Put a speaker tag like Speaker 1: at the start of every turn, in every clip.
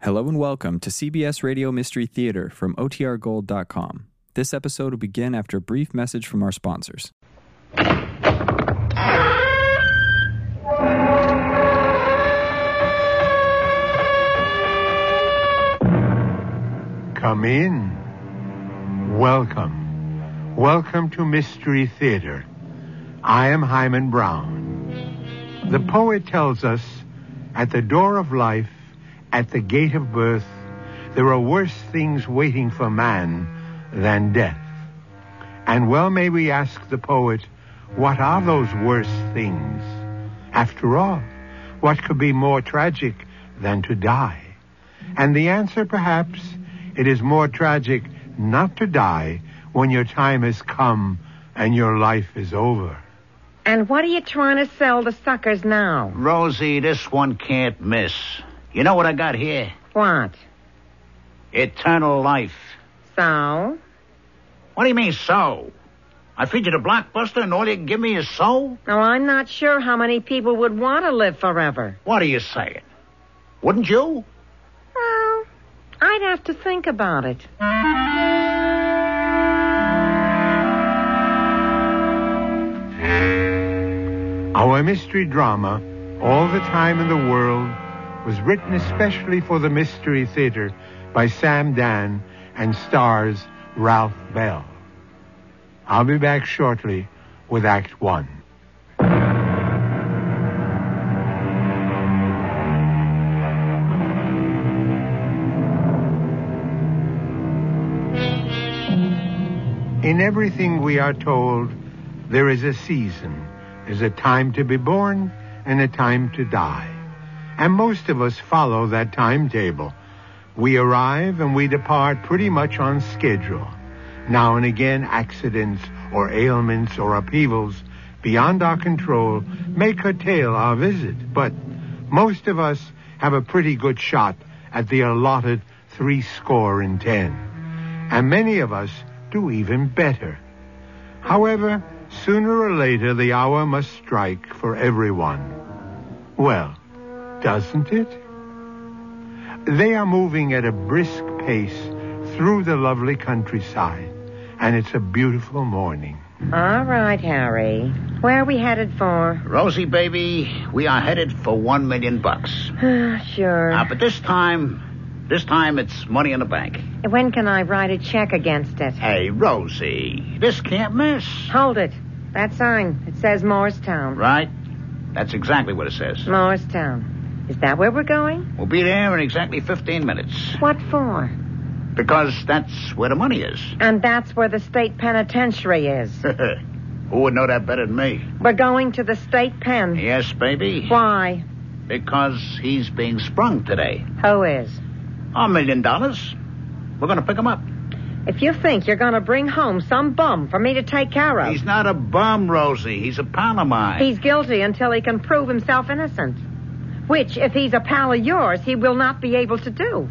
Speaker 1: Hello and welcome to CBS Radio Mystery Theater from OTRGold.com. This episode will begin after a brief message from our sponsors.
Speaker 2: Come in. Welcome. Welcome to Mystery Theater. I am Hyman Brown. The poet tells us at the door of life, at the gate of birth, there are worse things waiting for man than death. And well may we ask the poet, what are those worse things? After all, what could be more tragic than to die? And the answer, perhaps, it is more tragic not to die when your time has come and your life is over.
Speaker 3: And what are you trying to sell the suckers now?
Speaker 4: Rosie, this one can't miss. You know what I got here?
Speaker 3: What?
Speaker 4: Eternal life.
Speaker 3: So?
Speaker 4: What do you mean, so? I feed you the blockbuster and all you can give me is so?
Speaker 3: Now, I'm not sure how many people would want to live forever.
Speaker 4: What are you saying? Wouldn't you?
Speaker 3: Well, I'd have to think about it.
Speaker 2: Our mystery drama, All the Time in the World, was written especially for the Mystery Theater by Sam Dan and stars Ralph Bell. I'll be back shortly with Act One. In everything we are told, there is a season. There's a time to be born and a time to die. And most of us follow that timetable. We arrive and we depart pretty much on schedule. Now and again, accidents or ailments or upheavals beyond our control may curtail our visit, but most of us have a pretty good shot at the allotted three score and ten. And many of us do even better. However, sooner or later the hour must strike for everyone. Well, doesn't it? They are moving at a brisk pace through the lovely countryside, and it's a beautiful morning.
Speaker 3: All right, Harry. Where are we headed for?
Speaker 4: Rosie, baby, we are headed for one million bucks.
Speaker 3: sure.
Speaker 4: Now, but this time, this time it's money in the bank.
Speaker 3: When can I write a check against it?
Speaker 4: Hey, Rosie, this can't miss.
Speaker 3: Hold it. That sign. It says Morristown.
Speaker 4: Right? That's exactly what it says.
Speaker 3: Morristown. Is that where we're going?
Speaker 4: We'll be there in exactly 15 minutes.
Speaker 3: What for?
Speaker 4: Because that's where the money is.
Speaker 3: And that's where the state penitentiary is.
Speaker 4: Who would know that better than me?
Speaker 3: We're going to the state pen.
Speaker 4: Yes, baby.
Speaker 3: Why?
Speaker 4: Because he's being sprung today.
Speaker 3: Who is?
Speaker 4: A million dollars. We're going to pick him up.
Speaker 3: If you think you're going to bring home some bum for me to take care of,
Speaker 4: He's not a bum, Rosie. He's a pal of mine.
Speaker 3: he's guilty until he can prove himself innocent. Which, if he's a pal of yours, he will not be able to do.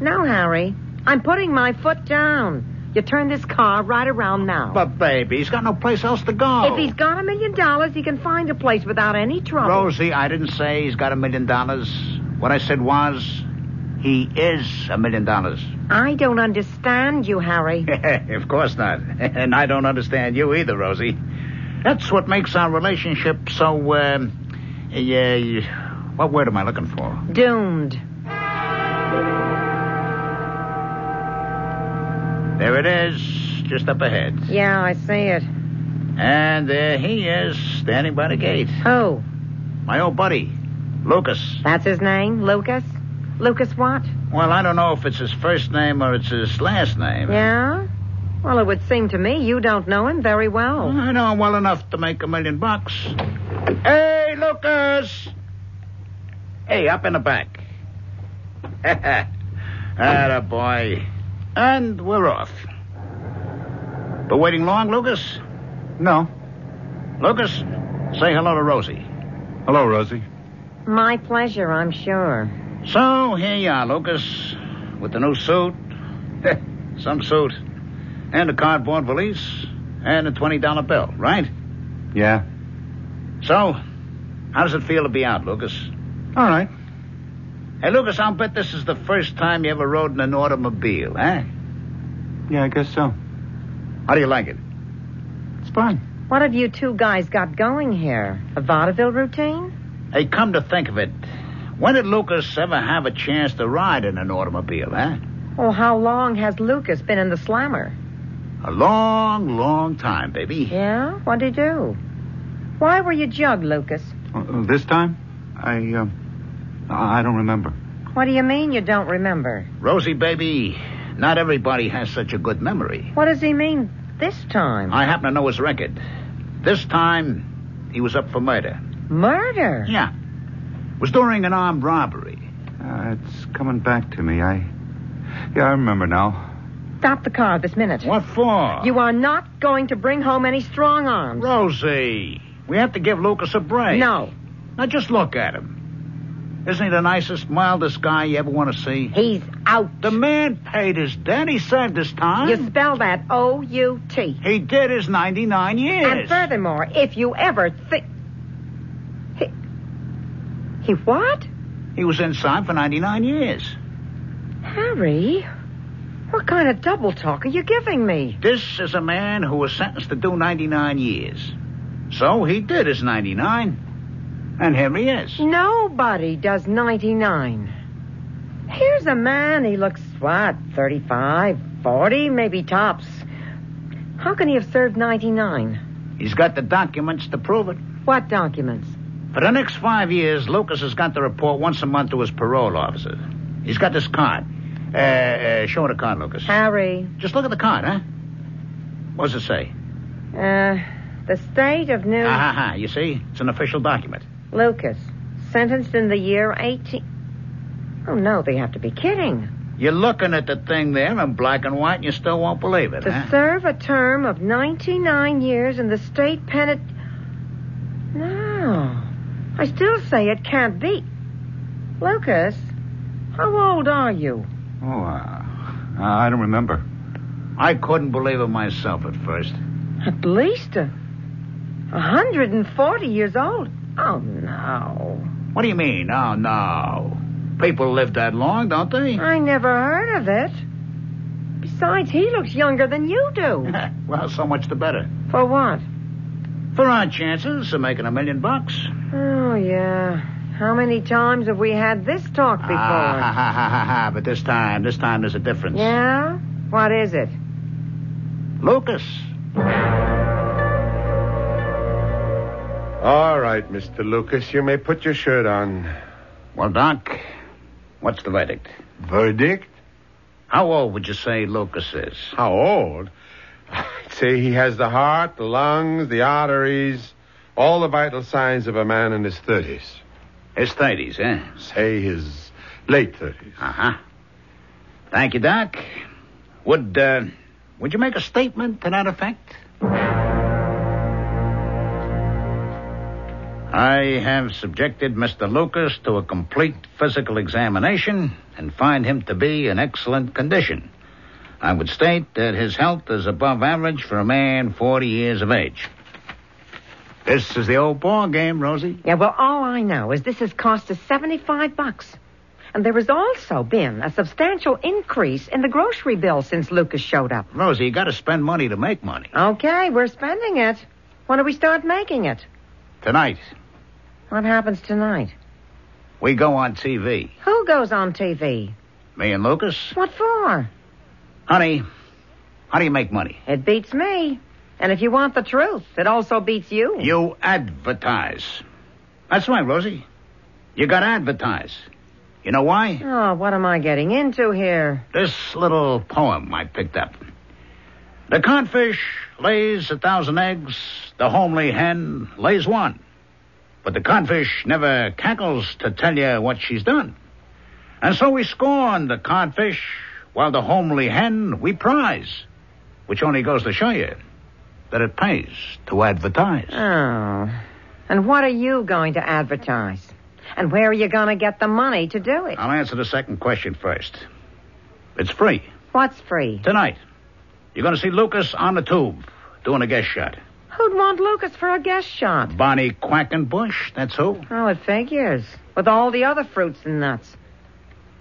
Speaker 3: No, Harry. I'm putting my foot down. You turn this car right around now.
Speaker 4: But, baby, he's got no place else to go.
Speaker 3: if he's got a million dollars, he can find a place without any trouble.
Speaker 4: Rosie, I didn't say he's got a million dollars. What I said was, he is a million dollars.
Speaker 3: I don't understand you, Harry.
Speaker 4: of course not. And I don't understand you either, Rosie. That's what makes our relationship so, um, yeah, what word am I looking for?
Speaker 3: Doomed.
Speaker 4: There it is, just up ahead.
Speaker 3: Yeah, I see it.
Speaker 4: And there he is, standing by the gate.
Speaker 3: Who?
Speaker 4: My old buddy, Lucas.
Speaker 3: Oh, That's his name? Lucas? Lucas what?
Speaker 4: Well, I don't know if it's his first name or it's his last name.
Speaker 3: Yeah? Well, it would seem to me you don't know him very well.
Speaker 4: I know him well enough to make a million bucks. Hey, Lucas! Hey, up in the back. Atta boy. And we're off. But waiting long, Lucas?
Speaker 5: No.
Speaker 4: Lucas, say hello to Rosie.
Speaker 5: Hello, Rosie.
Speaker 3: My pleasure, I'm sure.
Speaker 4: So here you are, Lucas, with the new suit, some suit, and a cardboard valise, and a $20 bill, right?
Speaker 5: Yeah.
Speaker 4: So, how does it feel to be out, Lucas?
Speaker 5: All right.
Speaker 4: Hey, Lucas, I'll bet this is the first time you ever rode in an automobile, eh?
Speaker 2: Yeah, I guess so.
Speaker 4: How do you like it?
Speaker 2: It's fine.
Speaker 3: What have you two guys got going here? A vaudeville routine?
Speaker 4: Hey, come to think of it, when did Lucas ever have a chance to ride in an automobile, eh?
Speaker 3: Oh, how long has Lucas been in the slammer?
Speaker 4: A long, long time, baby.
Speaker 3: Yeah? What'd he do? Why were you jugged, Lucas?
Speaker 2: Uh, this time? I, um, I don't remember.
Speaker 3: What do you mean you don't remember?
Speaker 4: Rosie, baby, not everybody has such a good memory.
Speaker 3: What does he mean this time?
Speaker 4: I happen to know his record. This time, he was up for murder.
Speaker 3: Murder?
Speaker 4: Yeah. It was during an armed robbery.
Speaker 2: Uh, it's coming back to me. I, yeah, I remember now.
Speaker 3: Stop the car this minute.
Speaker 4: What for?
Speaker 3: You are not going to bring home any strong arms.
Speaker 4: Rosie, we have to give Lucas a break.
Speaker 3: No.
Speaker 4: Now just look at him. Isn't he the nicest, mildest guy you ever want to see?
Speaker 3: He's out.
Speaker 4: The man paid his debt. He served his time.
Speaker 3: You spell that O U T.
Speaker 4: He did his 99
Speaker 3: And
Speaker 4: years.
Speaker 3: furthermore, if you ever think. He. He what?
Speaker 4: He was inside for 99 years.
Speaker 3: Harry? What kind of double talk are you giving me?
Speaker 4: This is a man who was sentenced to do 99 years. So he did his 99. And here he is.
Speaker 3: Nobody does 99. Here's a man, he looks, what, 35, 40, maybe tops. How can he have served 99?
Speaker 4: He's got the documents to prove it.
Speaker 3: What documents?
Speaker 4: For the next five years, Lucas has got to report once a month to his parole officer. He's got this card. Uh, uh, show her the card, Lucas.
Speaker 3: Harry,
Speaker 4: Just look at the card, huh? What does it say?
Speaker 3: uh, the state of New.
Speaker 4: Ah, ha, ha. You see? It's an official document.
Speaker 3: Lucas, sentenced in the year 18. Oh, no, they have to be kidding.
Speaker 4: You're looking at the thing there in black and white, and you still won't believe it,
Speaker 3: To
Speaker 4: huh?
Speaker 3: serve a term of 99 years in the state penit. No. I still say it can't be. Lucas, how old are you?
Speaker 2: Oh, uh, I don't remember.
Speaker 4: I couldn't believe it myself at first.
Speaker 3: At least a, 140 years old. Oh, no.
Speaker 4: What do you mean? Oh, no. People live that long, don't they?
Speaker 3: I never heard of it. Besides, he looks younger than you do.
Speaker 4: well, so much the better.
Speaker 3: For what?
Speaker 4: For our chances of making a million bucks.
Speaker 3: Oh, yeah. How many times have we had this talk before?
Speaker 4: Ah, ha, ha, ha, ha, ha. But this time, this time there's a difference.
Speaker 3: Yeah? What is it?
Speaker 4: Lucas.
Speaker 6: All right, Mr. Lucas, you may put your shirt on.
Speaker 4: Well, Doc, what's the verdict?
Speaker 6: Verdict?
Speaker 4: How old would you say Lucas is?
Speaker 6: How old? I'd say he has the heart, the lungs, the arteries, all the vital signs of a man in his 30s.
Speaker 4: His 30s, eh?
Speaker 6: Say his late 30s.
Speaker 4: Uh huh. Thank you, Doc. Would, uh, would you make a statement to that effect? I have subjected Mr. Lucas to a complete physical examination and find him to be in excellent condition. I would state that his health is above average for a man 40 years of age. This is the old ball game, Rosie.
Speaker 3: Yeah, well, all I know is this has cost us 75 bucks. And there has also been a substantial increase in the grocery bill since Lucas showed up.
Speaker 4: Rosie, you gotta spend money to make money.
Speaker 3: Okay, we're spending it. When do we start making it?
Speaker 4: Tonight,
Speaker 3: What happens tonight?
Speaker 4: we go on TV.
Speaker 3: Who goes on TV?
Speaker 4: Me and Lucas?
Speaker 3: What for?
Speaker 4: Honey, how do you make money?
Speaker 3: It beats me. And if you want the truth, it also beats you.
Speaker 4: You advertise. That's right, Rosie. You gotta advertise. You know why?
Speaker 3: Oh, what am I getting into here?
Speaker 4: This little poem I picked up. The codfish lays a thousand eggs, the homely hen lays one. But the codfish never cackles to tell you what she's done. And so we scorn the codfish, while the homely hen we prize, which only goes to show you that it pays to advertise.
Speaker 3: Oh. And what are you going to advertise? And where are you going to get the money to do it?
Speaker 4: I'll answer the second question first. It's free.
Speaker 3: What's free?
Speaker 4: Tonight, you're going to see Lucas on the tube doing a guest shot.
Speaker 3: Who'd want Lucas for a guest shot?
Speaker 4: Bonnie Quackenbush, that's who.
Speaker 3: Oh, it figures. With all the other fruits and nuts.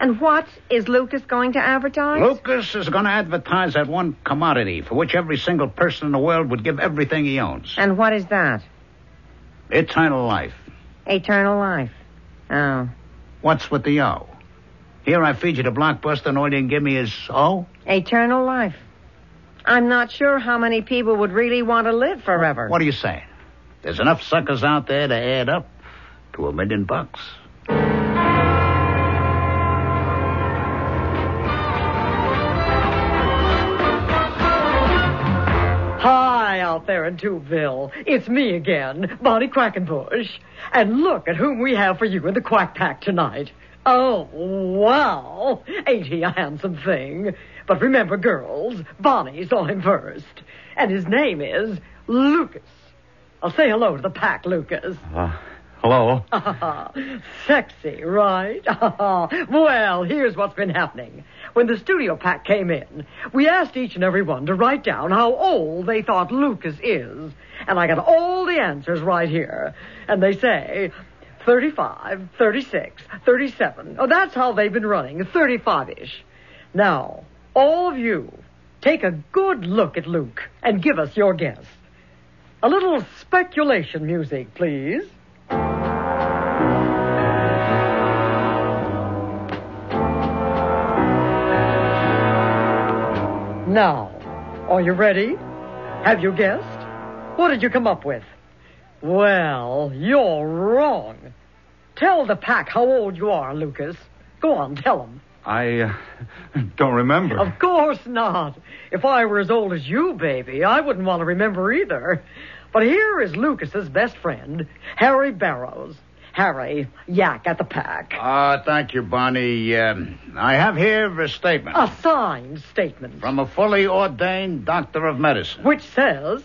Speaker 3: And what is Lucas going to advertise?
Speaker 4: Lucas is going to advertise that one commodity for which every single person in the world would give everything he owns
Speaker 3: And what is that?
Speaker 4: eternal life.
Speaker 3: Eternal life. Oh.
Speaker 4: What's with the O? Here I feed you to Blockbuster, and all you can give me is O?
Speaker 3: Eternal life. I'm not sure how many people would really want to live forever.
Speaker 4: What are you saying? There's enough suckers out there to add up to a million bucks.
Speaker 7: Hi out there in Tubeville. It's me again, Bonnie Quackenbush. And look at whom we have for you in the Quack Pack tonight. Oh, wow. Ain't he a handsome thing? But remember, girls, Bonnie saw him first. And his name is Lucas. I'll say hello to the pack, Lucas.
Speaker 2: Uh, hello.
Speaker 7: Sexy, right? well, here's what's been happening. When the studio pack came in, we asked each and every one to write down how old they thought Lucas is. And I got all the answers right here. And they say 35, 36, 37. Oh, that's how they've been running, 35 ish. Now, all of you, take a good look at Luke and give us your guess. A little speculation music, please. Now, are you ready? Have you guessed? What did you come up with? Well, you're wrong. Tell the pack how old you are, Lucas. Go on, tell them.
Speaker 2: I uh, don't remember.
Speaker 7: Of course not. If I were as old as you, baby, I wouldn't want to remember either. But here is Lucas's best friend, Harry Barrows. Harry, yak at the pack.
Speaker 4: Ah, thank you, Bonnie. Um, I have here a statement
Speaker 7: A signed statement,
Speaker 4: from a fully ordained doctor of medicine.
Speaker 7: which says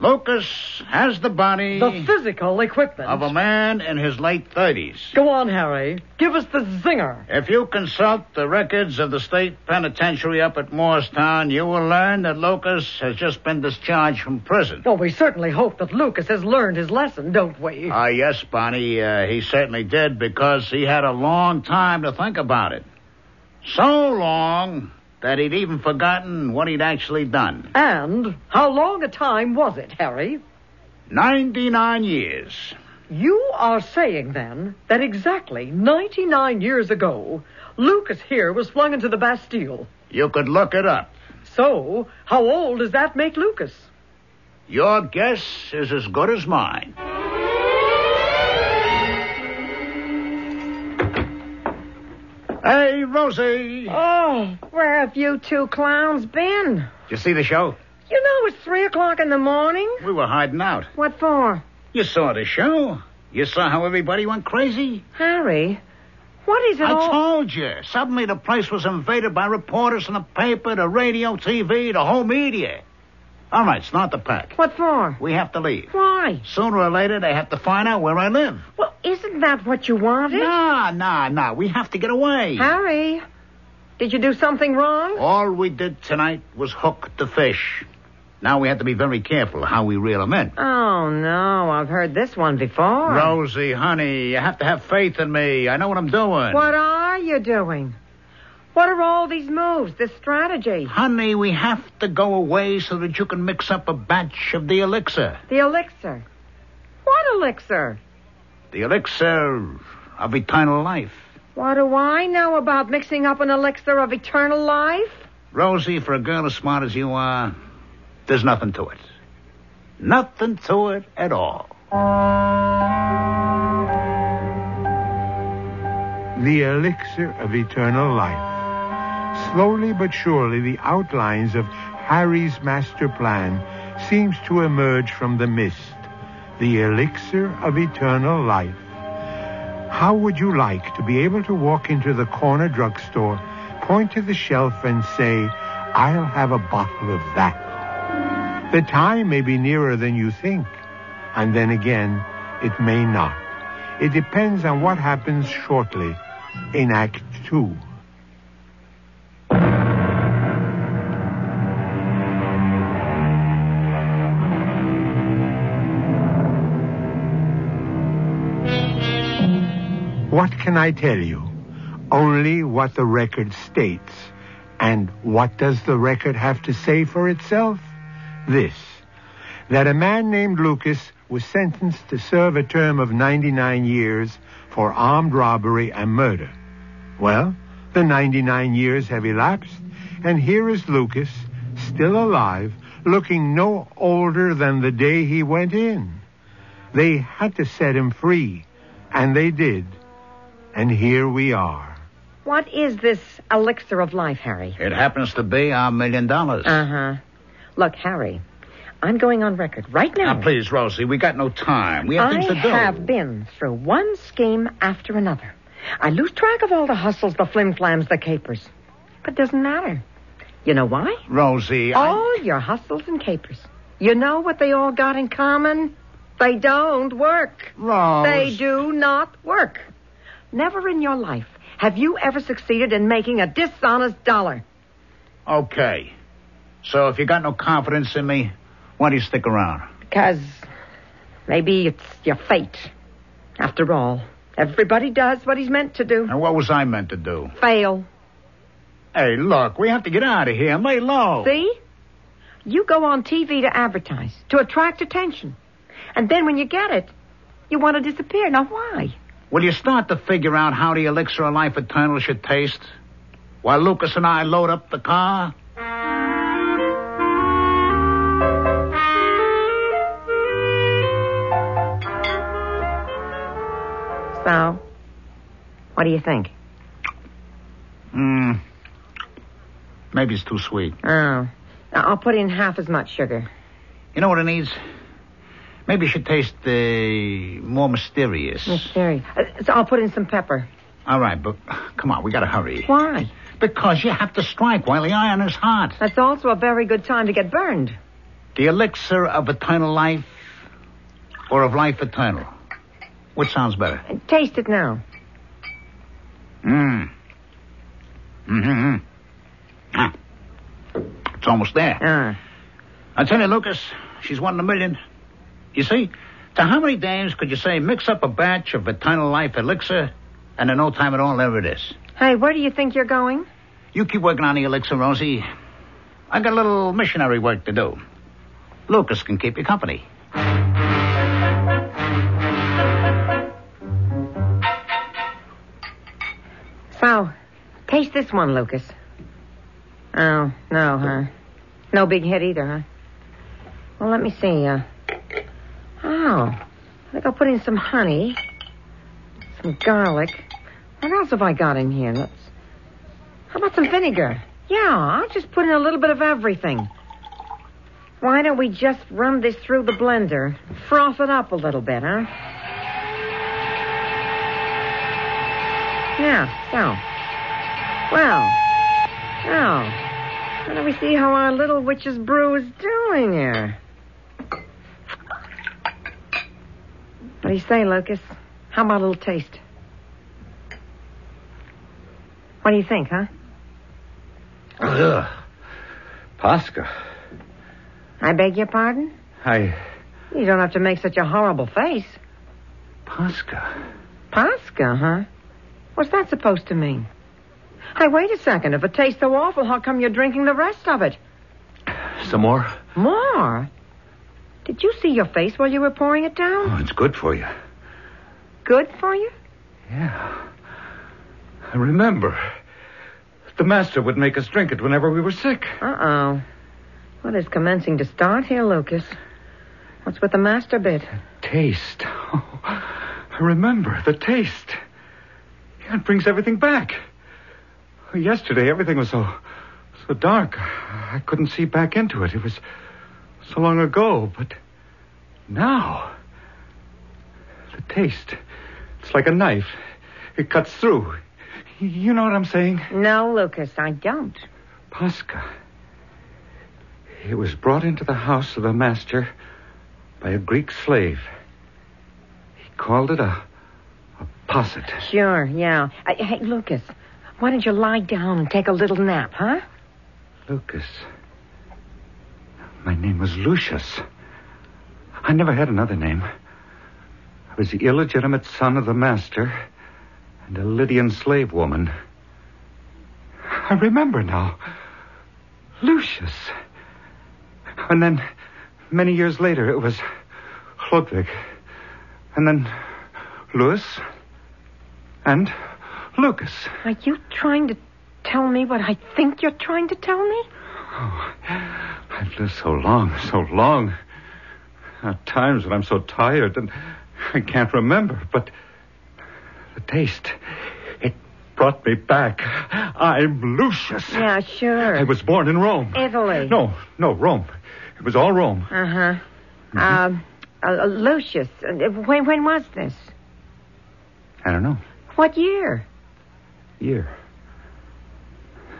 Speaker 4: Lucas has the body
Speaker 7: the physical equipment.
Speaker 4: of a man in his late 30s.
Speaker 7: Go on, Harry. Give us the zinger.
Speaker 4: If you consult the records of the state penitentiary up at Morristown, you will learn that Lucas has just been discharged from prison.
Speaker 7: Oh, we certainly hope that Lucas has learned his lesson, don't we?
Speaker 4: Ah, yes, Bonnie, uh, he certainly did because he had a long time to think about it. So long that he'd even forgotten what he'd actually done.
Speaker 7: and how long a time was it, Harry?
Speaker 4: 99 years.
Speaker 7: You are saying then that exactly 99 years ago, Lucas here was flung into the Bastille.
Speaker 4: You could look it up.
Speaker 7: So, how old does that make Lucas?
Speaker 4: Your guess is as good as mine. Hey, Rosie.
Speaker 3: Oh, where have you two clowns been?
Speaker 4: You see the show?
Speaker 3: You know it's three o'clock in the morning.
Speaker 4: We were hiding out.
Speaker 3: What for?
Speaker 4: You saw the show. You saw how everybody went crazy.
Speaker 3: Harry, what is it
Speaker 4: I
Speaker 3: all?
Speaker 4: told you. Suddenly the place was invaded by reporters in the paper, the radio, TV, the whole media. All right, start the pack.
Speaker 3: what for?
Speaker 4: We have to leave.
Speaker 3: Why?
Speaker 4: Sooner or later, they have to find out where I live.
Speaker 3: Well, isn't that what you wanted?
Speaker 4: Nah, nah, nah. We have to get away.
Speaker 3: Harry, did you do something wrong?
Speaker 4: All we did tonight was hook the fish. Now we have to be very careful how we reel them in.
Speaker 3: Oh, no, I've heard this one before.
Speaker 4: Rosie, honey, you have to have faith in me. I know what I'm doing.
Speaker 3: What are you doing? What are all these moves, this strategy?
Speaker 4: Honey, we have to go away so that you can mix up a batch of the elixir.
Speaker 3: The elixir. What elixir?
Speaker 4: The elixir of eternal life.
Speaker 3: What do I know about mixing up an elixir of eternal life?
Speaker 4: Rosie, for a girl as smart as you are, there's nothing to it. Nothing to it at all.
Speaker 6: the elixir of eternal life. Slowly but surely, the outlines of Harry's master plan seems to emerge from the mist. The elixir of eternal life. How would you like to be able to walk into the corner drugstore, point to the shelf, and say, I'll have a bottle of that? The time may be nearer than you think, and then again, it may not. It depends on what happens shortly in Act Two. What can I tell you? only what the record states. And what does the record have to say for itself? This that a man named Lucas was sentenced to serve a term of 99 years for armed robbery and murder. Well, the 99 years have elapsed, and here is Lucas, still alive, looking no older than the day he went in. They had to set him free, and they did. And here we are.
Speaker 3: What is this elixir of life, Harry?
Speaker 4: It happens to be our million dollars.
Speaker 3: Uh huh. Look, Harry, I'm going on record right now.
Speaker 4: Now, please, Rosie, we got no time. We have
Speaker 3: I
Speaker 4: things to do.
Speaker 3: have been through one scheme after another. I lose track of all the hustles, the flimflams, the capers. But it doesn't matter. You know why?
Speaker 4: Rosie, I-
Speaker 3: All your hustles and capers. You know what they all got in common? They don't work.
Speaker 4: Rose.
Speaker 3: They do not work. Never in your life have you ever succeeded in making a dishonest dollar.
Speaker 4: Okay. So if you got no confidence in me, why do you stick around?
Speaker 3: Because maybe it's your fate. After all, everybody does what he's meant to do
Speaker 4: And what was I meant to do?
Speaker 3: fail.
Speaker 4: Hey, look, we have to get out of here and lay low.
Speaker 3: See? You go on TV to advertise, to attract attention. And then when you get it, you want to disappear. Now, why?
Speaker 4: Will you start to figure out how the elixir of life eternal should taste? While Lucas and I load up the car?
Speaker 3: So, what do you think?
Speaker 4: Hmm. Maybe it's too sweet.
Speaker 3: Oh, I'll put in half as much sugar.
Speaker 4: You know what it needs? Maybe it should taste uh, more mysterious.
Speaker 3: Very. Uh, so I'll put in some pepper.
Speaker 4: All right, but come on, we gotta hurry.
Speaker 3: Why?
Speaker 4: Because you have to strike while the iron is hot.
Speaker 3: That's also a very good time to get burned.
Speaker 4: The elixir of eternal life or of life eternal? Which sounds better?
Speaker 3: Uh, Taste it now.
Speaker 4: Mmm. Mm-hmm. Ah. It's almost there.
Speaker 3: Ah,
Speaker 4: I tell you, Lucas, she's one in a million. You see, to how many days could you say mix up a batch of eternal life elixir and in no time at all there it is?
Speaker 3: Hey, where do you think you're going?
Speaker 4: You keep working on the elixir, Rosie. I got a little missionary work to do. Lucas can keep you company.
Speaker 3: So, taste this one, Lucas. Oh, no, huh? No big hit either, huh? Well, let me see. Uh... Oh, I think I'll put in some honey, some garlic. What else have I got in here? Let's... How about some vinegar? Yeah, I'll just put in a little bit of everything. Why don't we just run this through the blender? Froth it up a little bit, huh? Yeah, so. Well, now, why don't we see how our little witch's brew is doing here? What do you say, Lucas? How about a little taste? What do you think, huh?
Speaker 2: Ugh. Pasca.
Speaker 3: I beg your pardon?
Speaker 2: I.
Speaker 3: You don't have to make such a horrible face.
Speaker 2: Pasca.
Speaker 3: Pasca, huh? What's that supposed to mean? Hey, wait a second. If it tastes so awful, how come you're drinking the rest of it?
Speaker 2: Some more?
Speaker 3: More? Did you see your face while you were pouring it down?
Speaker 2: Oh, it's good for you.
Speaker 3: Good for you?
Speaker 2: Yeah. I remember. The master would make us drink it whenever we were sick.
Speaker 3: Uh oh. What is commencing to start here, Lucas? What's with the master bit?
Speaker 2: Taste. Oh, I remember the taste. Yeah, it brings everything back. Yesterday, everything was so, so dark. I couldn't see back into it. It was so long ago, but now. The taste. It's like a knife. It cuts through. You know what I'm saying?
Speaker 3: No, Lucas, I don't.
Speaker 2: Pasca. It was brought into the house of a master by a Greek slave. He called it a, a posset.
Speaker 3: Sure, yeah. I, hey, Lucas, why don't you lie down and take a little nap, huh?
Speaker 2: Lucas. My name was Lucius. I never had another name. I was the illegitimate son of the master
Speaker 4: and a Lydian slave woman. I remember now. Lucius. And then, many years later, it was Ludwig. And then Louis. And Lucas.
Speaker 3: Are you trying to tell me what I think you're trying to tell me?
Speaker 4: I've lived so long, so long. At times when I'm so tired and I can't remember, but the taste, it brought me back. I'm Lucius.
Speaker 3: Yeah, sure.
Speaker 4: I was born in Rome.
Speaker 3: Italy.
Speaker 4: No, no, Rome. It was all Rome.
Speaker 3: Uh-huh. Um, uh, Lucius, uh, when, when was this?
Speaker 4: I don't know.
Speaker 3: What year?
Speaker 4: Year.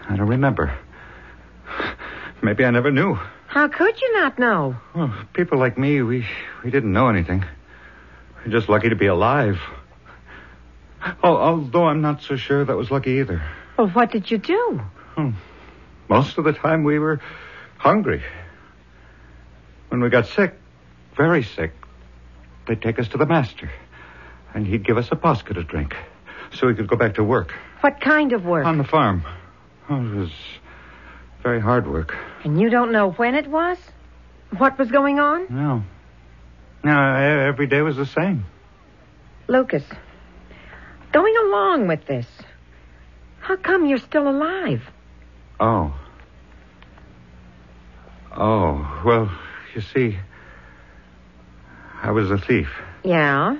Speaker 4: I don't remember. Maybe I never knew.
Speaker 3: How could you not know?
Speaker 4: Well, people like me, we, we didn't know anything. We're just lucky to be alive. Oh, although I'm not so sure that was lucky either.
Speaker 3: Well, what did you do?
Speaker 4: Most of the time we were hungry. When we got sick, very sick, they'd take us to the master, and he'd give us a posca to drink so we could go back to work
Speaker 3: What kind of work?
Speaker 4: on the farm. Oh, it was very hard work.
Speaker 3: and you don't know when it was? What was going on?
Speaker 4: No. No, e- every day was the same.
Speaker 3: Lucas, going along with this, how come you're still alive?
Speaker 4: Oh. Oh, well, you see, I was a thief.
Speaker 3: Yeah.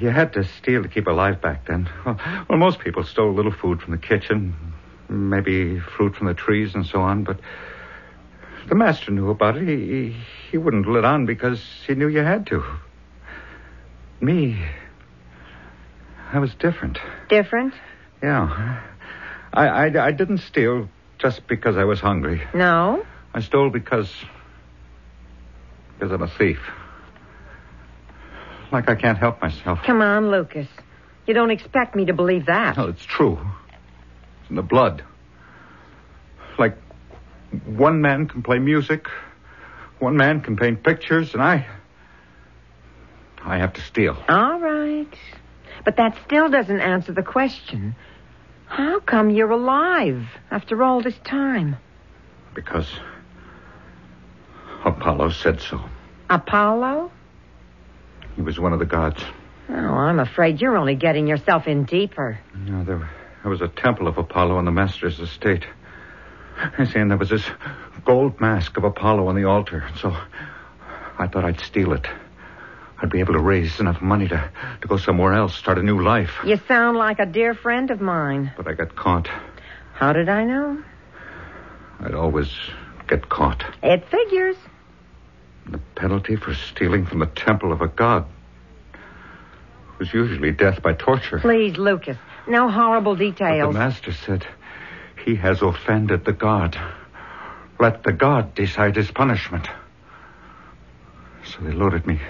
Speaker 4: You had to steal to keep alive back then. Well, well, most people stole a little food from the kitchen, maybe fruit from the trees and so on, but the master knew about it. He, he, he wouldn't let on because he knew you had to. Me, I was different.
Speaker 3: Different?
Speaker 4: Yeah. I, I, I didn't steal just because I was hungry.
Speaker 3: No.
Speaker 4: I stole because. because I'm a thief. Like I can't help myself.
Speaker 3: Come on, Lucas. You don't expect me to believe that.
Speaker 4: Well, it's true. It's in the blood. Like one man can play music, one man can paint pictures, and I. I have to steal.
Speaker 3: All right. But that still doesn't answer the question. How come you're alive after all this time?
Speaker 4: Because. Apollo said so.
Speaker 3: Apollo?
Speaker 4: He was one of the gods.
Speaker 3: Oh, I'm afraid you're only getting yourself in deeper.
Speaker 4: No, there, there was a temple of Apollo on the master's estate. I see, and there was this gold mask of Apollo on the altar. So I thought I'd steal it. I'd be able to raise enough money to, to go somewhere else, start a new life.
Speaker 3: You sound like a dear friend of mine.
Speaker 4: But I got caught.
Speaker 3: How did I know?
Speaker 4: I'd always get caught.
Speaker 3: It figures.
Speaker 4: The penalty for stealing from the temple of a god was usually death by torture.
Speaker 3: Please, Lucas, no horrible
Speaker 4: But
Speaker 3: details.
Speaker 4: The master said, He has offended the god. Let the god decide his punishment. So they loaded me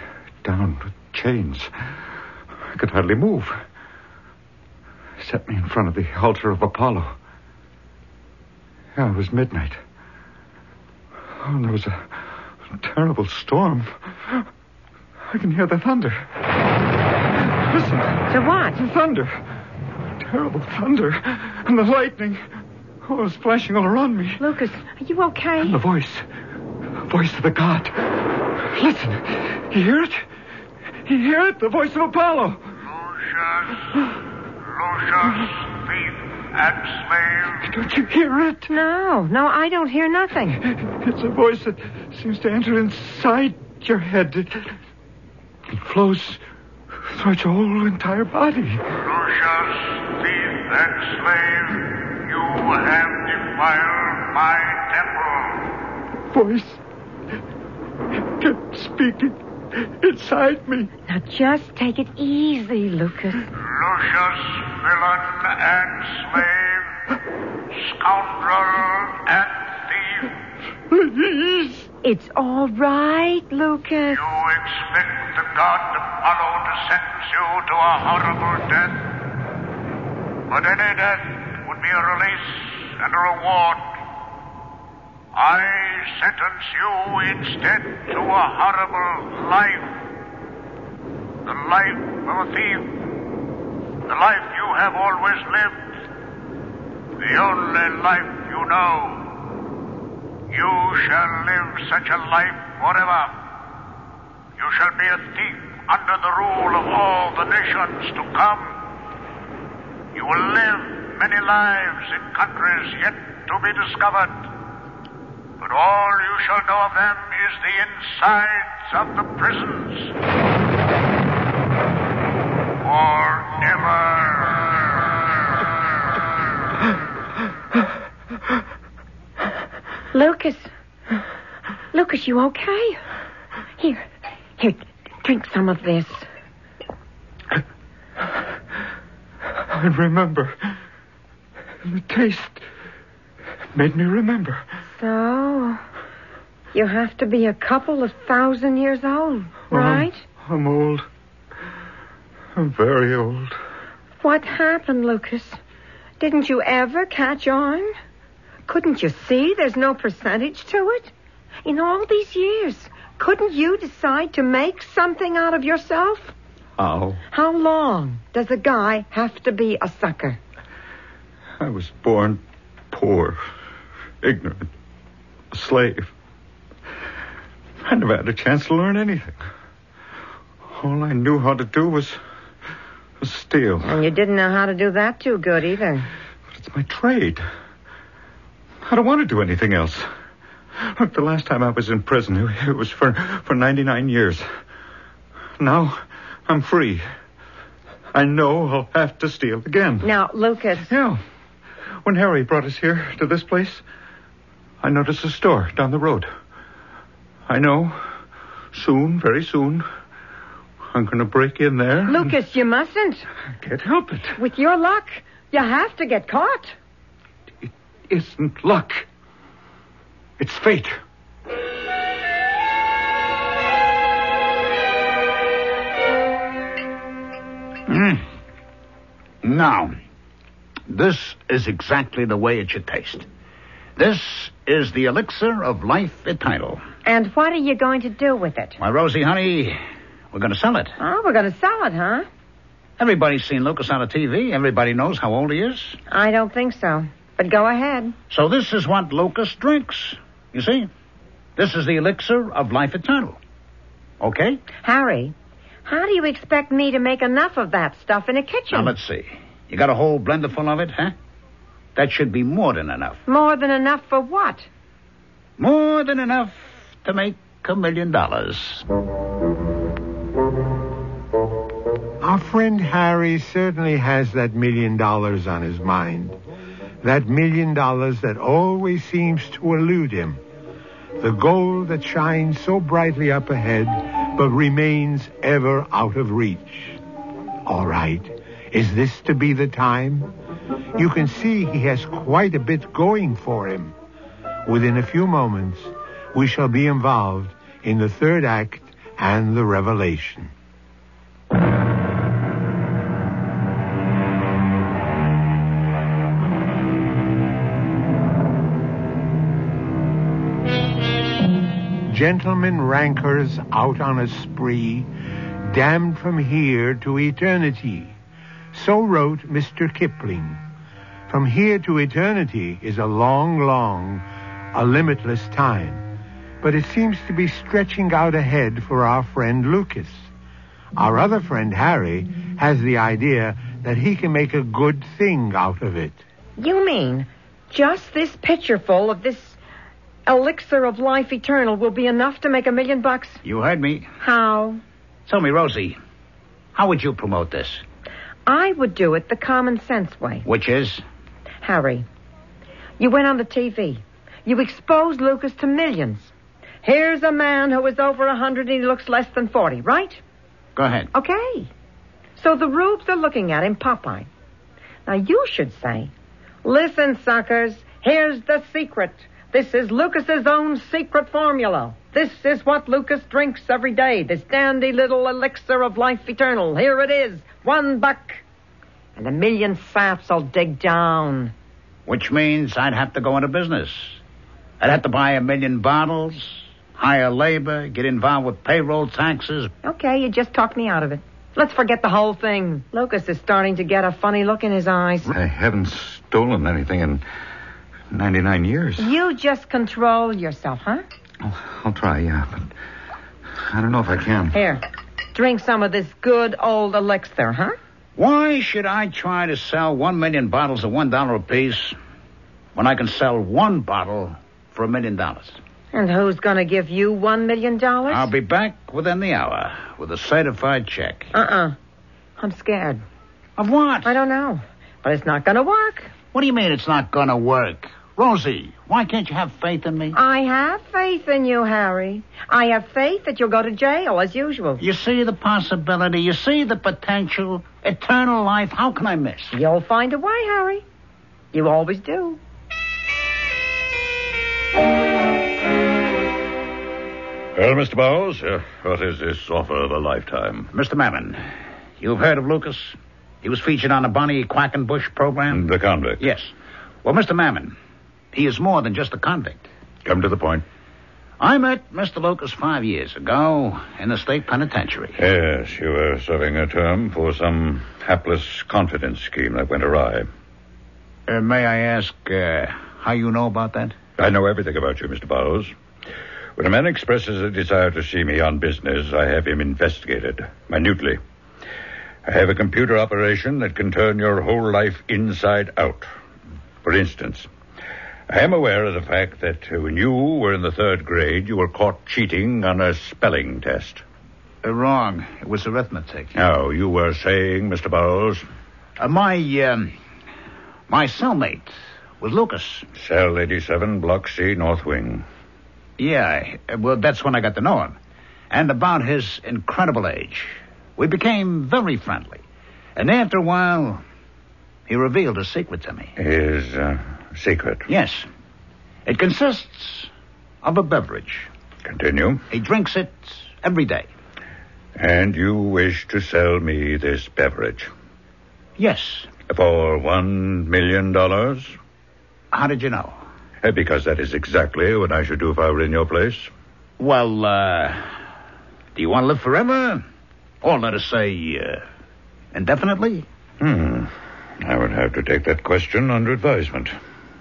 Speaker 4: down with chains. I could hardly move. Set me in front of the altar of Apollo. Yeah, it was midnight. Oh, and there was a terrible storm. I can hear the thunder. Listen.
Speaker 3: To what?
Speaker 4: The thunder. Terrible thunder. And the lightning. Oh, it's flashing all around me.
Speaker 3: Lucas, are you okay?
Speaker 4: The voice. Voice of the god. Listen. You hear it? You hear it? The voice of Apollo.
Speaker 6: Lucius, Lucius, thief and slave.
Speaker 4: Don't you hear it?
Speaker 3: No, Oh, no, I don't hear nothing.
Speaker 4: It's a voice that seems to enter inside your head. It, it flows throughout your whole entire body.
Speaker 6: Lucius, thief and slave, you have defiled my temple.
Speaker 4: Voice kept speaking inside me.
Speaker 3: Now just take it easy, Lucas.
Speaker 6: Lucius, villain and slave, scoundrel and thief,
Speaker 4: Please.
Speaker 3: It's all right,
Speaker 6: you
Speaker 3: Lucas.
Speaker 6: expect the god Apollo to sentence you to a horrible death. But any death would be a release and a reward. I sentence you instead to a horrible life. The life of a thief.
Speaker 8: The life you have always lived. The only life you know. You shall live such a life forever. You shall be a thief under the rule of all the nations to come. You will live many lives in countries yet to be discovered. But all you shall know of them is the insides of the prisons. Forever.
Speaker 3: Lucas. Lucas, you okay? Here. Here, drink some of this.
Speaker 4: I remember. The taste made me remember.
Speaker 3: So, you have to be a couple of thousand years old,
Speaker 4: Uh-huh.
Speaker 3: right?
Speaker 4: Well, I'm, I'm old. I'm very old.
Speaker 3: What happened, Lucas? Didn't you ever catch on? Couldn't you see there's no percentage to it? In all these years, couldn't you decide to make something out of yourself?
Speaker 4: How?
Speaker 3: How long does a guy have to be a sucker?
Speaker 4: I was born poor, ignorant, a slave. I never had a chance to learn anything. All I knew how to do was, was steal.
Speaker 3: And you didn't know how to do that too good either.
Speaker 4: But it's my trade. I don't want to do anything else. Look, the last time I was in prison, it was for, for 99 years. Now, I'm free. I know I'll have to steal again.
Speaker 3: Now, Lucas.
Speaker 4: Yeah. When Harry brought us here to this place, I noticed a store down the road. I know. Soon, very soon, I'm going to break in there.
Speaker 3: Lucas, you mustn't.
Speaker 4: I can't help it.
Speaker 3: With your luck, you have to get caught.
Speaker 4: It isn't luck, it's fate. Hmm.
Speaker 9: Mm. Now, this is exactly the way it should taste. This is the elixir of life eternal.
Speaker 3: And what are you going to do with it?
Speaker 9: Why, Rosie, honey, we're going to sell it.
Speaker 3: Oh, we're going to sell it, huh?
Speaker 9: Everybody's seen Lucas on the TV. Everybody knows how old he is.
Speaker 3: I don't think so. But go ahead.
Speaker 9: So this is what Lucas drinks. You see? This is the elixir of life eternal. Okay?
Speaker 3: Harry, how do you expect me to make enough of that stuff in a kitchen?
Speaker 9: Now, let's see. You got a whole blender full of it, huh? That should be more than enough.
Speaker 3: More than enough for what?
Speaker 9: More than enough to make a million dollars.
Speaker 6: Our friend Harry certainly has that million dollars on his mind. That million dollars that always seems to elude him. The goal that shines so brightly up ahead, but remains ever out of reach. All right. Is this to be the time? You can see he has quite a bit going for him. Within a few moments, we shall be involved in the third act and the revelation. Gentlemen rankers out on a spree, damned from here to eternity. So wrote Mr. Kipling. From here to eternity is a long, long, a limitless time. But it seems to be stretching out ahead for our friend Lucas. Our other friend Harry has the idea that he can make a good thing out of it.
Speaker 3: You mean just this pitcherful of this elixir of life eternal will be enough to make a million bucks?
Speaker 9: You heard me.
Speaker 3: How?
Speaker 9: Tell me, Rosie, how would you promote this?
Speaker 3: I would do it the common sense way.
Speaker 9: Which is?
Speaker 3: Harry, you went on the TV. You exposed Lucas to millions. Here's a man who is over a 100 and he looks less than 40, right?
Speaker 9: Go ahead.
Speaker 3: Okay. So the rubes are looking at him, Popeye. Now you should say, listen, suckers, here's the secret. This is Lucas's own secret formula. This is what Lucas drinks every day. This dandy little elixir of life eternal. Here it is. One buck. And a million saps'll dig down.
Speaker 9: Which means I'd have to go into business. I'd have to buy a million bottles, hire labor, get involved with payroll taxes.
Speaker 3: Okay, you just talked me out of it. Let's forget the whole thing. Lucas is starting to get a funny look in his eyes.
Speaker 2: I haven't stolen anything in 99 years.
Speaker 3: You just control yourself, huh?
Speaker 2: I'll, I'll try, yeah, but I don't know if I can.
Speaker 3: Here, drink some of this good old elixir, huh?
Speaker 4: Why should I try to sell one million bottles at one dollar apiece when I can sell one bottle for a million dollars?
Speaker 3: And who's going to give you one million dollars?
Speaker 4: I'll be back within the hour with a certified check.
Speaker 3: Uh uh-uh. uh. i am scared.
Speaker 4: Of what?
Speaker 3: I don't know. But it's not going to work.
Speaker 4: What do you mean it's not going to work? Rosie, why can't you have faith in me?
Speaker 3: I have faith in you, Harry. I have faith that you'll go to jail as usual.
Speaker 4: You see the possibility, you see the potential, eternal life. How can I miss?
Speaker 3: You'll find a way, Harry. You always do.
Speaker 9: Well, Mr. Bowles, uh, what is this offer of a lifetime?
Speaker 4: Mr. Mammon, you've heard of Lucas? He was featured on the Bonnie Quackenbush program.
Speaker 9: The convict.
Speaker 4: Yes. Well, Mr. Mammon, he is more than just a convict.
Speaker 9: Come to the point.
Speaker 4: I met Mr. Lucas five years ago in the state penitentiary.
Speaker 9: Yes, you were serving a term for some hapless confidence scheme that went awry.
Speaker 4: Uh, may I ask uh, how you know about that?
Speaker 9: I know everything about you, Mr. Bowles. When a man expresses a desire to see me on business, I have him investigated minutely. I have a computer operation that can turn your whole life inside out. For instance, I am aware of the fact that when you were in the third grade, you were caught cheating on a spelling test.
Speaker 4: Uh, wrong. It was arithmetic.
Speaker 9: Now, you were saying, Mr. Bowles?
Speaker 4: Uh, my, um, my cellmate was Lucas.
Speaker 9: Cell 87, Block C, North Wing.
Speaker 4: Yeah, well, that's when I got to know him. And about his incredible age. We became very friendly. And after a while, he revealed a secret to me.
Speaker 9: His, uh, secret.
Speaker 4: Yes. It consists of a beverage.
Speaker 9: Continue.
Speaker 4: He drinks it every day.
Speaker 9: And you wish to sell me this beverage
Speaker 4: Yes.
Speaker 9: for one million dollars?
Speaker 4: How did you know?
Speaker 9: Eh, Because that is exactly what I should do if I were in your place.
Speaker 4: Well, uh, do you want to live forever? Or let us say, uh, indefinitely?
Speaker 9: Hmm. I would have to take that question under advisement,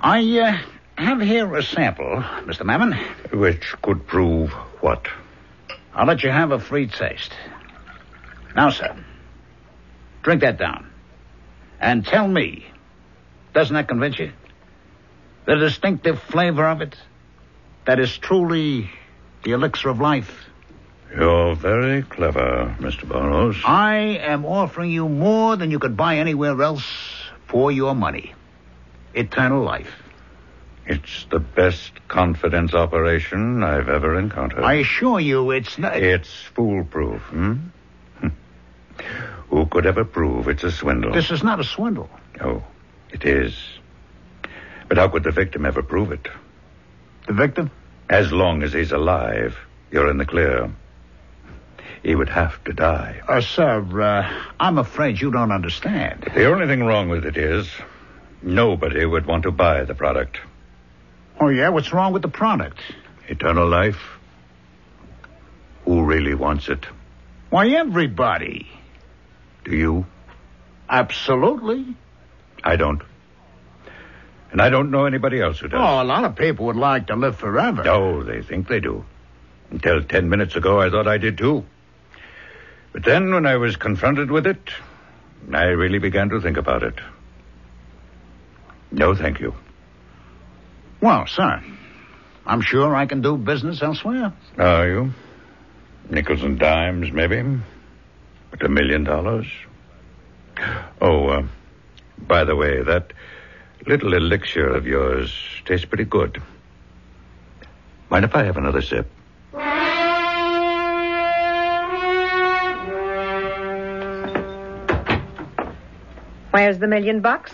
Speaker 4: I, uh, have here a sample, Mr. Mammon.
Speaker 9: which could prove what?
Speaker 4: I'll let you have a free taste. Now, sir, drink that down. And tell me, doesn't that convince you? The distinctive flavor of it? That is truly the elixir of life.
Speaker 9: You're very clever, Mr. Burrows.
Speaker 4: I am offering you more than you could buy anywhere else for your money. Eternal life.
Speaker 9: It's the best confidence operation I've ever encountered.
Speaker 4: I assure you, it's not.
Speaker 9: It's foolproof, hmm? Who could ever prove it's a swindle?
Speaker 4: This is not a swindle.
Speaker 9: Oh, it is. But how could the victim ever prove it?
Speaker 4: The victim?
Speaker 9: As long as he's alive, you're in the clear. He would have to die.
Speaker 4: Uh, sir, uh, I'm afraid you don't understand.
Speaker 9: The only thing wrong with it is nobody would want to buy the product.
Speaker 4: Oh, yeah? What's wrong with the product?
Speaker 9: Eternal life? Who really wants it?
Speaker 4: Why, everybody.
Speaker 9: Do you?
Speaker 4: Absolutely.
Speaker 9: I don't. And I don't know anybody else who does.
Speaker 4: Oh, a lot of people would like to live forever.
Speaker 9: No, they think they do. Until ten minutes ago, I thought I did too. But then, when I was confronted with it, I really began to think about it. No, thank you.
Speaker 4: Well, sir, I'm sure I can do business elsewhere.
Speaker 9: Are you? Nickels and dimes, maybe? But a million dollars? Oh, uh, by the way, that little elixir of yours tastes pretty good. Mind if I have another sip?
Speaker 3: Where's the million bucks?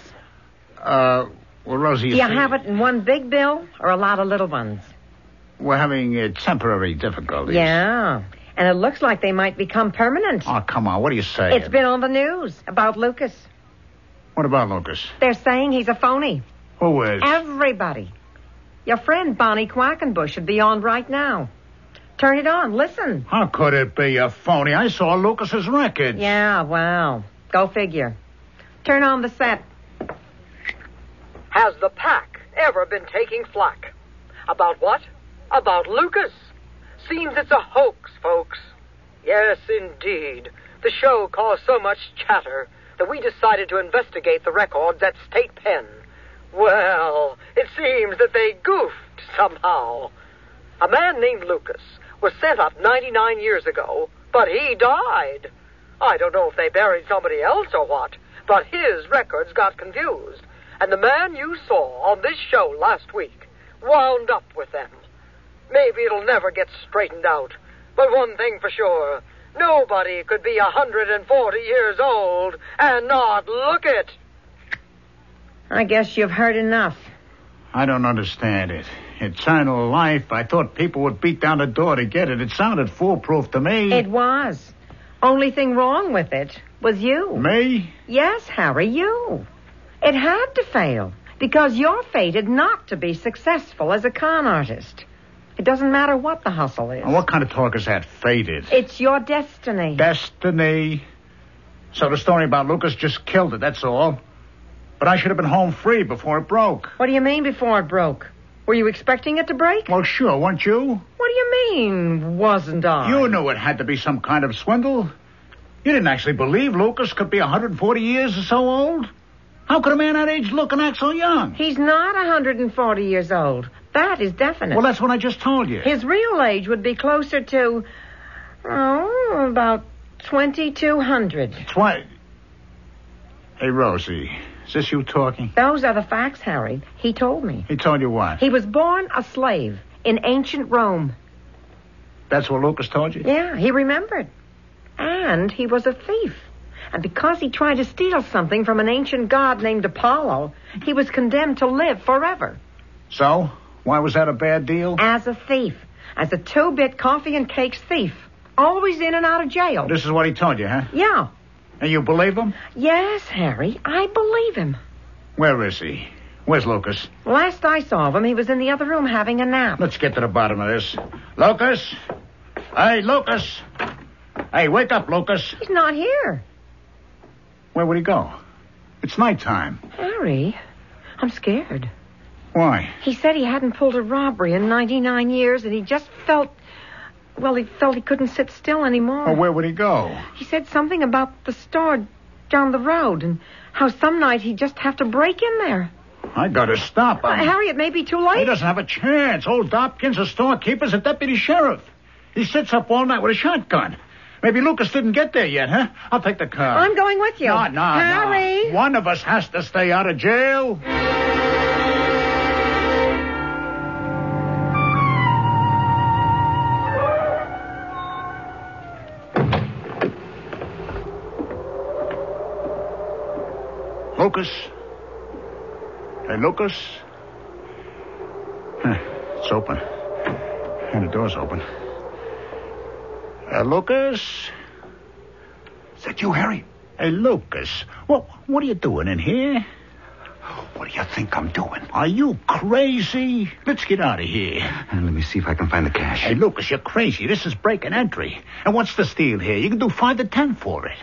Speaker 4: Uh, well, Rosie,
Speaker 3: Do you have it in one big bill or a lot of little ones?
Speaker 4: We're having uh, temporary difficulties.
Speaker 3: Yeah. And it looks like they might become permanent.
Speaker 4: Oh, come on. What do you say?
Speaker 3: It's been on the news about Lucas.
Speaker 4: What about Lucas?
Speaker 3: They're saying he's a phony.
Speaker 4: Who is?
Speaker 3: Everybody. Your friend Bonnie Quackenbush should be on right now. Turn it on. Listen.
Speaker 4: How could it be a phony? I saw Lucas's records.
Speaker 3: Yeah, wow. Go figure. Turn on the set.
Speaker 7: Has the pack ever been taking flack? About what? About Lucas. Seems it's a hoax, folks. Yes, indeed. The show caused so much chatter that we decided to investigate the records at State Pen. Well, it seems that they goofed somehow. A man named Lucas was sent up 99 years ago, but he died. I don't know if they buried somebody else or what, but his records got confused. And the man you saw on this show last week wound up with them. Maybe it'll never get straightened out, but one thing for sure nobody could be 140 years old and not look it.
Speaker 3: I guess you've heard enough.
Speaker 4: I don't understand it. Eternal life. I thought people would beat down the door to get it. It sounded foolproof to me.
Speaker 3: It was. Only thing wrong with it was you.
Speaker 4: Me?
Speaker 3: Yes, Harry, you. It had to fail because you're fated not to be successful as a con artist. It doesn't matter what the hustle is.
Speaker 4: Now, what kind of talk is that? Faded.
Speaker 3: It's your destiny.
Speaker 4: Destiny. So the story about Lucas just killed it, that's all. But I should have been home free before it broke.
Speaker 3: what do you mean before it broke? Were you expecting it to break?
Speaker 4: Well, sure, weren't you?
Speaker 3: What do you mean, wasn't I?
Speaker 4: You knew it had to be some kind of swindle. You didn't actually believe Lucas could be 140 years or so old. How could a man that age look and act so young?
Speaker 3: He's not 140 years old. That is definite.
Speaker 4: Well, that's what I just told you.
Speaker 3: His real age would be closer to, oh, about 2200.
Speaker 4: Twice. Hey, Rosie, is this you talking?
Speaker 3: Those are the facts, Harry. He told me.
Speaker 4: He told you what?
Speaker 3: He was born a slave in ancient Rome.
Speaker 4: That's what Lucas told you?
Speaker 3: Yeah, he remembered. And he was a thief. And because he tried to steal something from an ancient god named Apollo, he was condemned to live forever
Speaker 4: So, why was that a bad deal?
Speaker 3: as a thief, as a two bit coffee and cakes thief, always in and out of jail.
Speaker 4: This is what he told you, huh?
Speaker 3: Yeah.
Speaker 4: And you believe him?
Speaker 3: Yes, Harry, I believe him.
Speaker 4: Where is he? Where's Lucas?
Speaker 3: Last I saw of him, he was in the other room having a nap.
Speaker 4: Let's get to the bottom of this. Lucas? Hey, Lucas! Hey, wake up, Lucas.
Speaker 3: He's not here.
Speaker 4: Where would he go? It's nighttime.
Speaker 3: Harry, I'm scared.
Speaker 4: Why?
Speaker 3: He said he hadn't pulled a robbery in 99 years, and he just felt. Well, he felt he couldn't sit still anymore.
Speaker 4: Or where would he go?
Speaker 3: He said something about the store down the road and how some night he'd just have to break in there.
Speaker 4: I gotta stop
Speaker 3: Uh,
Speaker 4: him.
Speaker 3: Harry, it may be too late.
Speaker 4: He doesn't have a chance. Old Dopkins, a storekeeper, is a deputy sheriff. He sits up all night with a shotgun. Maybe Lucas didn't get there yet, huh? I'll take the car.
Speaker 3: I'm going with you.
Speaker 4: No, no, no.
Speaker 3: Harry!
Speaker 4: One of us has to stay out of jail. Lucas. Hey, Lucas. Huh, It's open. And the door's open. Uh, Lucas? Is that you, Harry? Hey, Lucas. What, what are you doing in here? What do you think I'm doing? Are you crazy? Let's get out of here.
Speaker 2: And let me see if I can find the cash.
Speaker 4: Hey, Lucas, you're crazy. This is break and entry. And what's the steal here? You can do five to ten for it.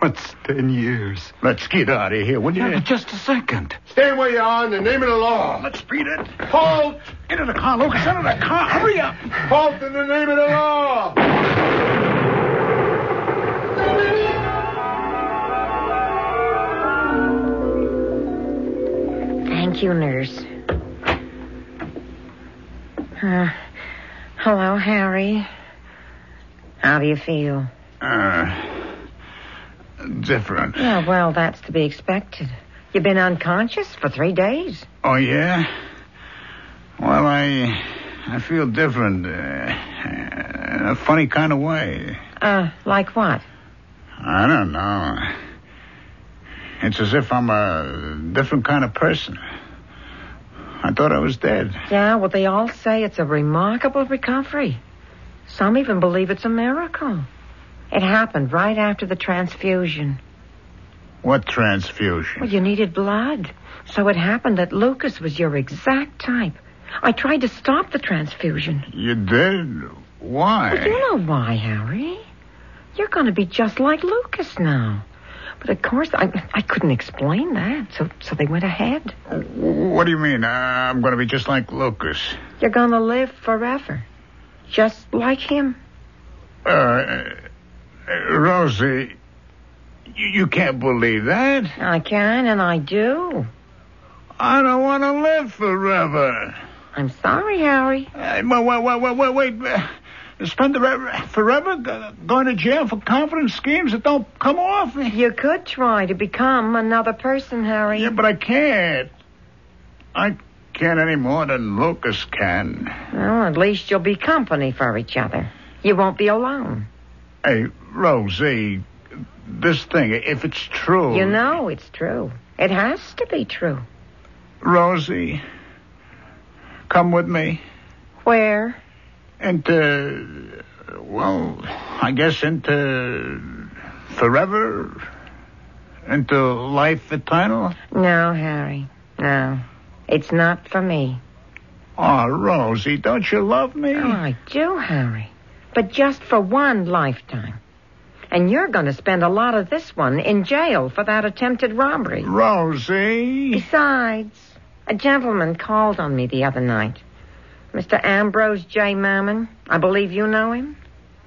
Speaker 2: What's ten years?
Speaker 4: Let's get out of here, will you?
Speaker 2: Yeah, but just a second.
Speaker 6: Stay where you are in the name of the law.
Speaker 4: Let's beat it.
Speaker 6: Halt!
Speaker 4: Into the car, Lucas. Into the car. Hurry up.
Speaker 6: Halt in the name of the law!
Speaker 3: Thank you, nurse. Uh, hello, Harry. How do you feel?
Speaker 4: Uh, different.
Speaker 3: Yeah, well, that's to be expected. You've been unconscious for three days.
Speaker 4: Oh yeah. Well, I I feel different. Uh, in a funny kind of way.
Speaker 3: Uh, like what?
Speaker 4: I don't know. It's as if I'm a different kind of person. I thought I was dead.
Speaker 3: Yeah, well, they all say it's a remarkable recovery. Some even believe it's a miracle. It happened right after the transfusion.
Speaker 4: What
Speaker 3: Well,
Speaker 4: transfusion?
Speaker 3: you needed blood. So it happened that Lucas was your exact type. I tried to stop the transfusion.
Speaker 4: You did? Why?
Speaker 3: Well, you know why, Harry. You're going to be just like Lucas now. But of course, I, I couldn't explain that, so, so they went ahead.
Speaker 4: What do you mean? Uh, I'm going to be just like Lucas.
Speaker 3: You're going to live forever. Just like him.
Speaker 4: Uh, uh, Rosie, you, you can't believe that.
Speaker 3: I can, and I do.
Speaker 4: I don't want to live forever.
Speaker 3: I'm sorry, Harry.
Speaker 4: Uh, wait, wait, wait, wait, wait. Uh, Spend the re- forever go- going to jail for confidence schemes that don't come off.
Speaker 3: You could try to become another person, Harry.
Speaker 4: Yeah, but I can't. I can't any more than Lucas can.
Speaker 3: Well, at least you'll be company for each other. You won't be alone.
Speaker 4: Hey, Rosie, this thing, if it's true.
Speaker 3: You know it's true. It has to be true.
Speaker 4: Rosie, come with me.
Speaker 3: Where?
Speaker 4: Into, well, I guess into forever? Into life eternal?
Speaker 3: No, Harry. No. It's not for me.
Speaker 4: Oh, Rosie, don't you love me?
Speaker 3: Oh, I do, Harry. But just for one lifetime. And you're going to spend a lot of this one in jail for that attempted robbery.
Speaker 4: Rosie.
Speaker 3: Besides, a gentleman called on me the other night. Mr. Ambrose J. Mammon. I believe you know him.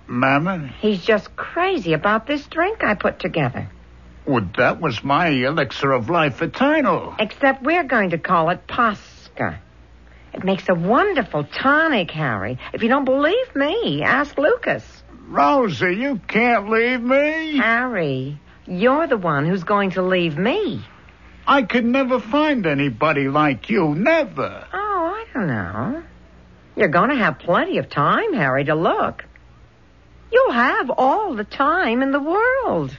Speaker 4: Mammon?
Speaker 3: He's just crazy about this drink I put together.
Speaker 4: Well, that was my elixir of life eternal.
Speaker 3: Except we're going to call it Posca. It makes a wonderful tonic, Harry. If you don't believe me, ask Lucas.
Speaker 4: Rosie, you can't leave me.
Speaker 3: Harry, you're the one who's going to leave me.
Speaker 4: I could never find anybody like you, never.
Speaker 3: Oh, I don't know. You're going to have plenty of time, Harry, to look. You'll have all the time in the world.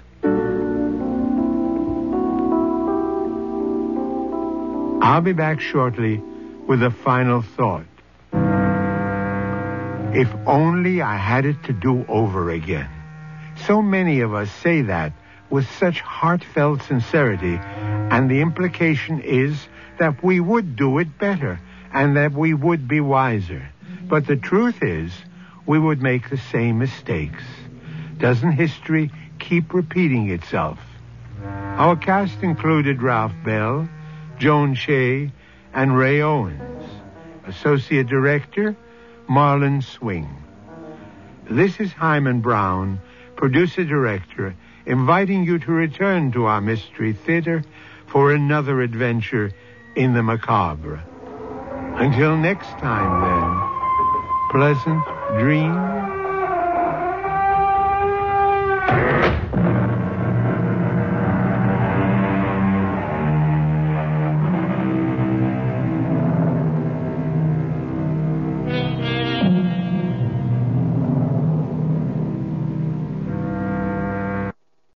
Speaker 6: I'll be back shortly with a final thought. If only I had it to do over again. So many of us say that with such heartfelt sincerity, and the implication is that we would do it better and that we would be wiser. But the truth is, we would make the same mistakes. Doesn't history keep repeating itself? Our cast included Ralph Bell, Joan Shea, and Ray Owens. Associate Director, Marlon Swing. This is Hyman Brown, Producer Director, inviting you to return to our Mystery Theater for another adventure in the macabre. Until next time, then, pleasant dreams.